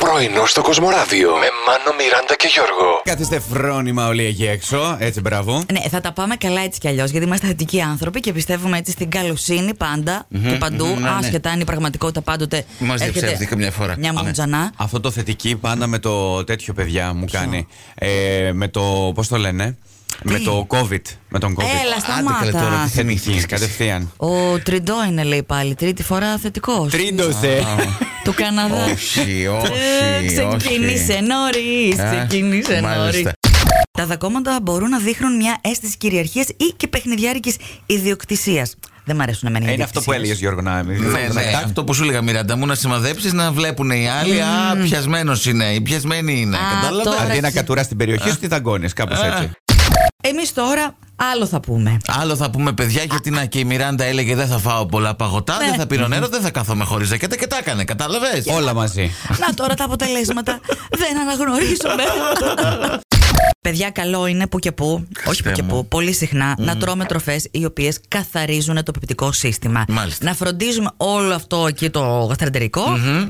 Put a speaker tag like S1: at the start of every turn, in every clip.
S1: Πρωινό στο Κοσμοράδιο με Μάνο, Μιράντα και Γιώργο.
S2: Κάθεστε φρόνημα όλοι εκεί έξω. Έτσι, μπράβο.
S3: Ναι, θα τα πάμε καλά έτσι κι αλλιώς, γιατί είμαστε θετικοί άνθρωποι και πιστεύουμε έτσι στην καλοσύνη πάντα και παντού,
S4: μμμ, ναι, ναι.
S3: άσχετα αν η πραγματικότητα πάντοτε.
S4: Μας
S3: έρχεται
S4: διαψεύδει καμιά φορά.
S3: Μια
S4: Ναι.
S3: μουτζανά.
S2: Αυτό το θετική πάντα με το τέτοιο παιδιά μου κάνει. Ε, με το. Πώς το λένε. Με το COVID. Με τον COVID.
S3: Έλα,
S4: Άντε καλέ τώρα,
S3: σταμάτα.
S4: τι
S2: Θετική,
S4: θενήθηκες.
S2: κατευθείαν.
S3: Ο Τριντό είναι, λέει πάλι, τρίτη φορά θετικός.
S2: Τρίντοσε.
S3: Του Καναδά.
S4: Όχι, όχι,
S3: Ε, Ξεκίνησε
S4: όχι.
S3: νωρίς,
S4: Α,
S3: ξεκίνησε νωρίς.
S4: μάλιστα.
S3: Τα δακόματα μπορούν να δείχνουν μια αίσθηση κυριαρχίας ή και παιχνιδιάρικης ιδιοκτησίας. Δεν μ' αρέσουν εμένα
S4: Ε,
S3: οι
S2: Είναι αυτό που
S3: ιδιοκτησίες.
S2: έλεγες Γιώργο να μην.
S4: Ναι, ναι. Αυτό που σου λέγα, Μιράντα μου, να σημαδέψεις να βλέπουν οι άλλοι. Α, πιασμένος είναι. Η πιασμένη είναι.
S3: Α,
S4: Κατάλαβες.
S3: τώρα.
S2: Αντί να κατουράς την περιοχή σου, τι δαγκώνεις, κάπως έτσι.
S3: Εμείς τώρα άλλο θα πούμε.
S4: Άλλο θα πούμε, παιδιά, γιατί να και η Μιράντα έλεγε Δεν θα φάω πολλά παγωτά,
S3: Ναι.
S4: δεν θα πίνω νερό, δεν θα κάθομαι χωρίς ζακέτα και τα έκανε. Κατάλαβες.
S2: Όλα μαζί.
S3: Να τώρα τα αποτελέσματα δεν αναγνωρίζουμε. Παιδιά, καλό είναι που και που, όχι που και
S4: μου.
S3: που, πολύ συχνά να τρώμε τροφές οι οποίες καθαρίζουν το πεπτικό σύστημα.
S4: Μάλιστα.
S3: Να φροντίζουμε όλο αυτό εκεί το γαστρεντερικο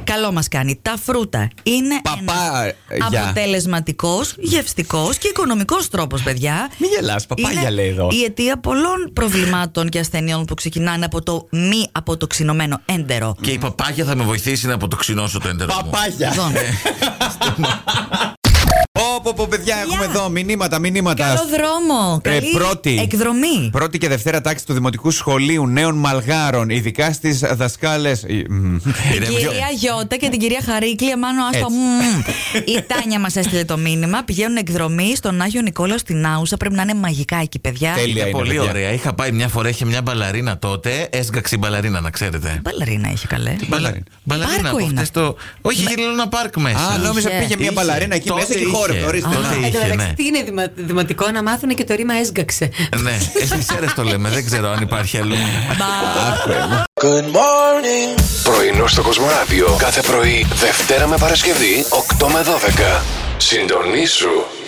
S3: Καλό μας κάνει. Τα φρούτα είναι
S2: Παπά- για.
S3: αποτελεσματικός, γευστικός και οικονομικός τρόπος, παιδιά.
S2: Μην γελάς,
S3: Είναι
S2: παπάγια λέει εδώ.
S3: Η αιτία πολλών προβλημάτων και ασθενειών που ξεκινάνε από το μη αποτοξινωμένο έντερο.
S4: Και η παπάγια θα με βοηθήσει να αποτοξινώσω το έντερο. μου.
S2: Παπάγια.
S3: Ζώνη.
S2: Όπω πω, παιδιά, έχουμε εδώ μηνύματα, μηνύματα.
S3: Καλό δρόμο.
S2: Ε,
S3: Καλή
S2: πρώτη,
S3: εκδρομή.
S2: Πρώτη και δευτέρα τάξη του Δημοτικού Σχολείου Νέων Μαλγάρων, ειδικά Ε, στις δασκάλες.
S3: Την
S4: Ηρέμησε.
S3: κυρία Γιώτα και την κυρία Χαρίκλη, μάλλον άστα.
S2: Έτσι.
S3: μμμ. Η Τάνια μας έστειλε το μήνυμα. Πηγαίνουν εκδρομή στον Άγιο Νικόλαο στην Άουσα. Πρέπει να είναι μαγικά εκεί, παιδιά.
S2: Τέλεια.
S4: Είναι
S2: είναι,
S4: πολύ
S2: παιδιά.
S4: ωραία. Είχα πάει μια φορά, είχε μια μπαλαρίνα τότε. Έσγαξε η μπαλαρίνα, να ξέρετε.
S3: Μπαλαρίνα είχε καλέ.
S4: Μπαλαρίνα. Μπαλαρίνα
S3: Πάρκο
S4: από
S3: είναι. Ναι.
S4: αυτές το. Όχι, γύρω ένα πάρκ μέσα.
S2: Α, νόμιζα
S3: Είχε.
S2: πήγε μια
S4: Είχε.
S2: μπαλαρίνα εκεί
S4: Τότε
S2: μέσα και
S4: είχε.
S2: χόρευε. Ορίστε.
S4: Τότε
S2: να.
S4: είχε.
S5: Εν τω μεταξύ,
S4: ναι.
S5: τι είναι δημα- δημοτικό να μάθουν και το ρήμα έσγαξε.
S4: Ναι, εσείς αίρες το λέμε, δεν ξέρω αν υπάρχει αλλού.
S1: Πρωινό στο Κοσμοράδιο κάθε πρωί, Δευτέρα με Παρασκευή, 8 με 12. Συντονίσου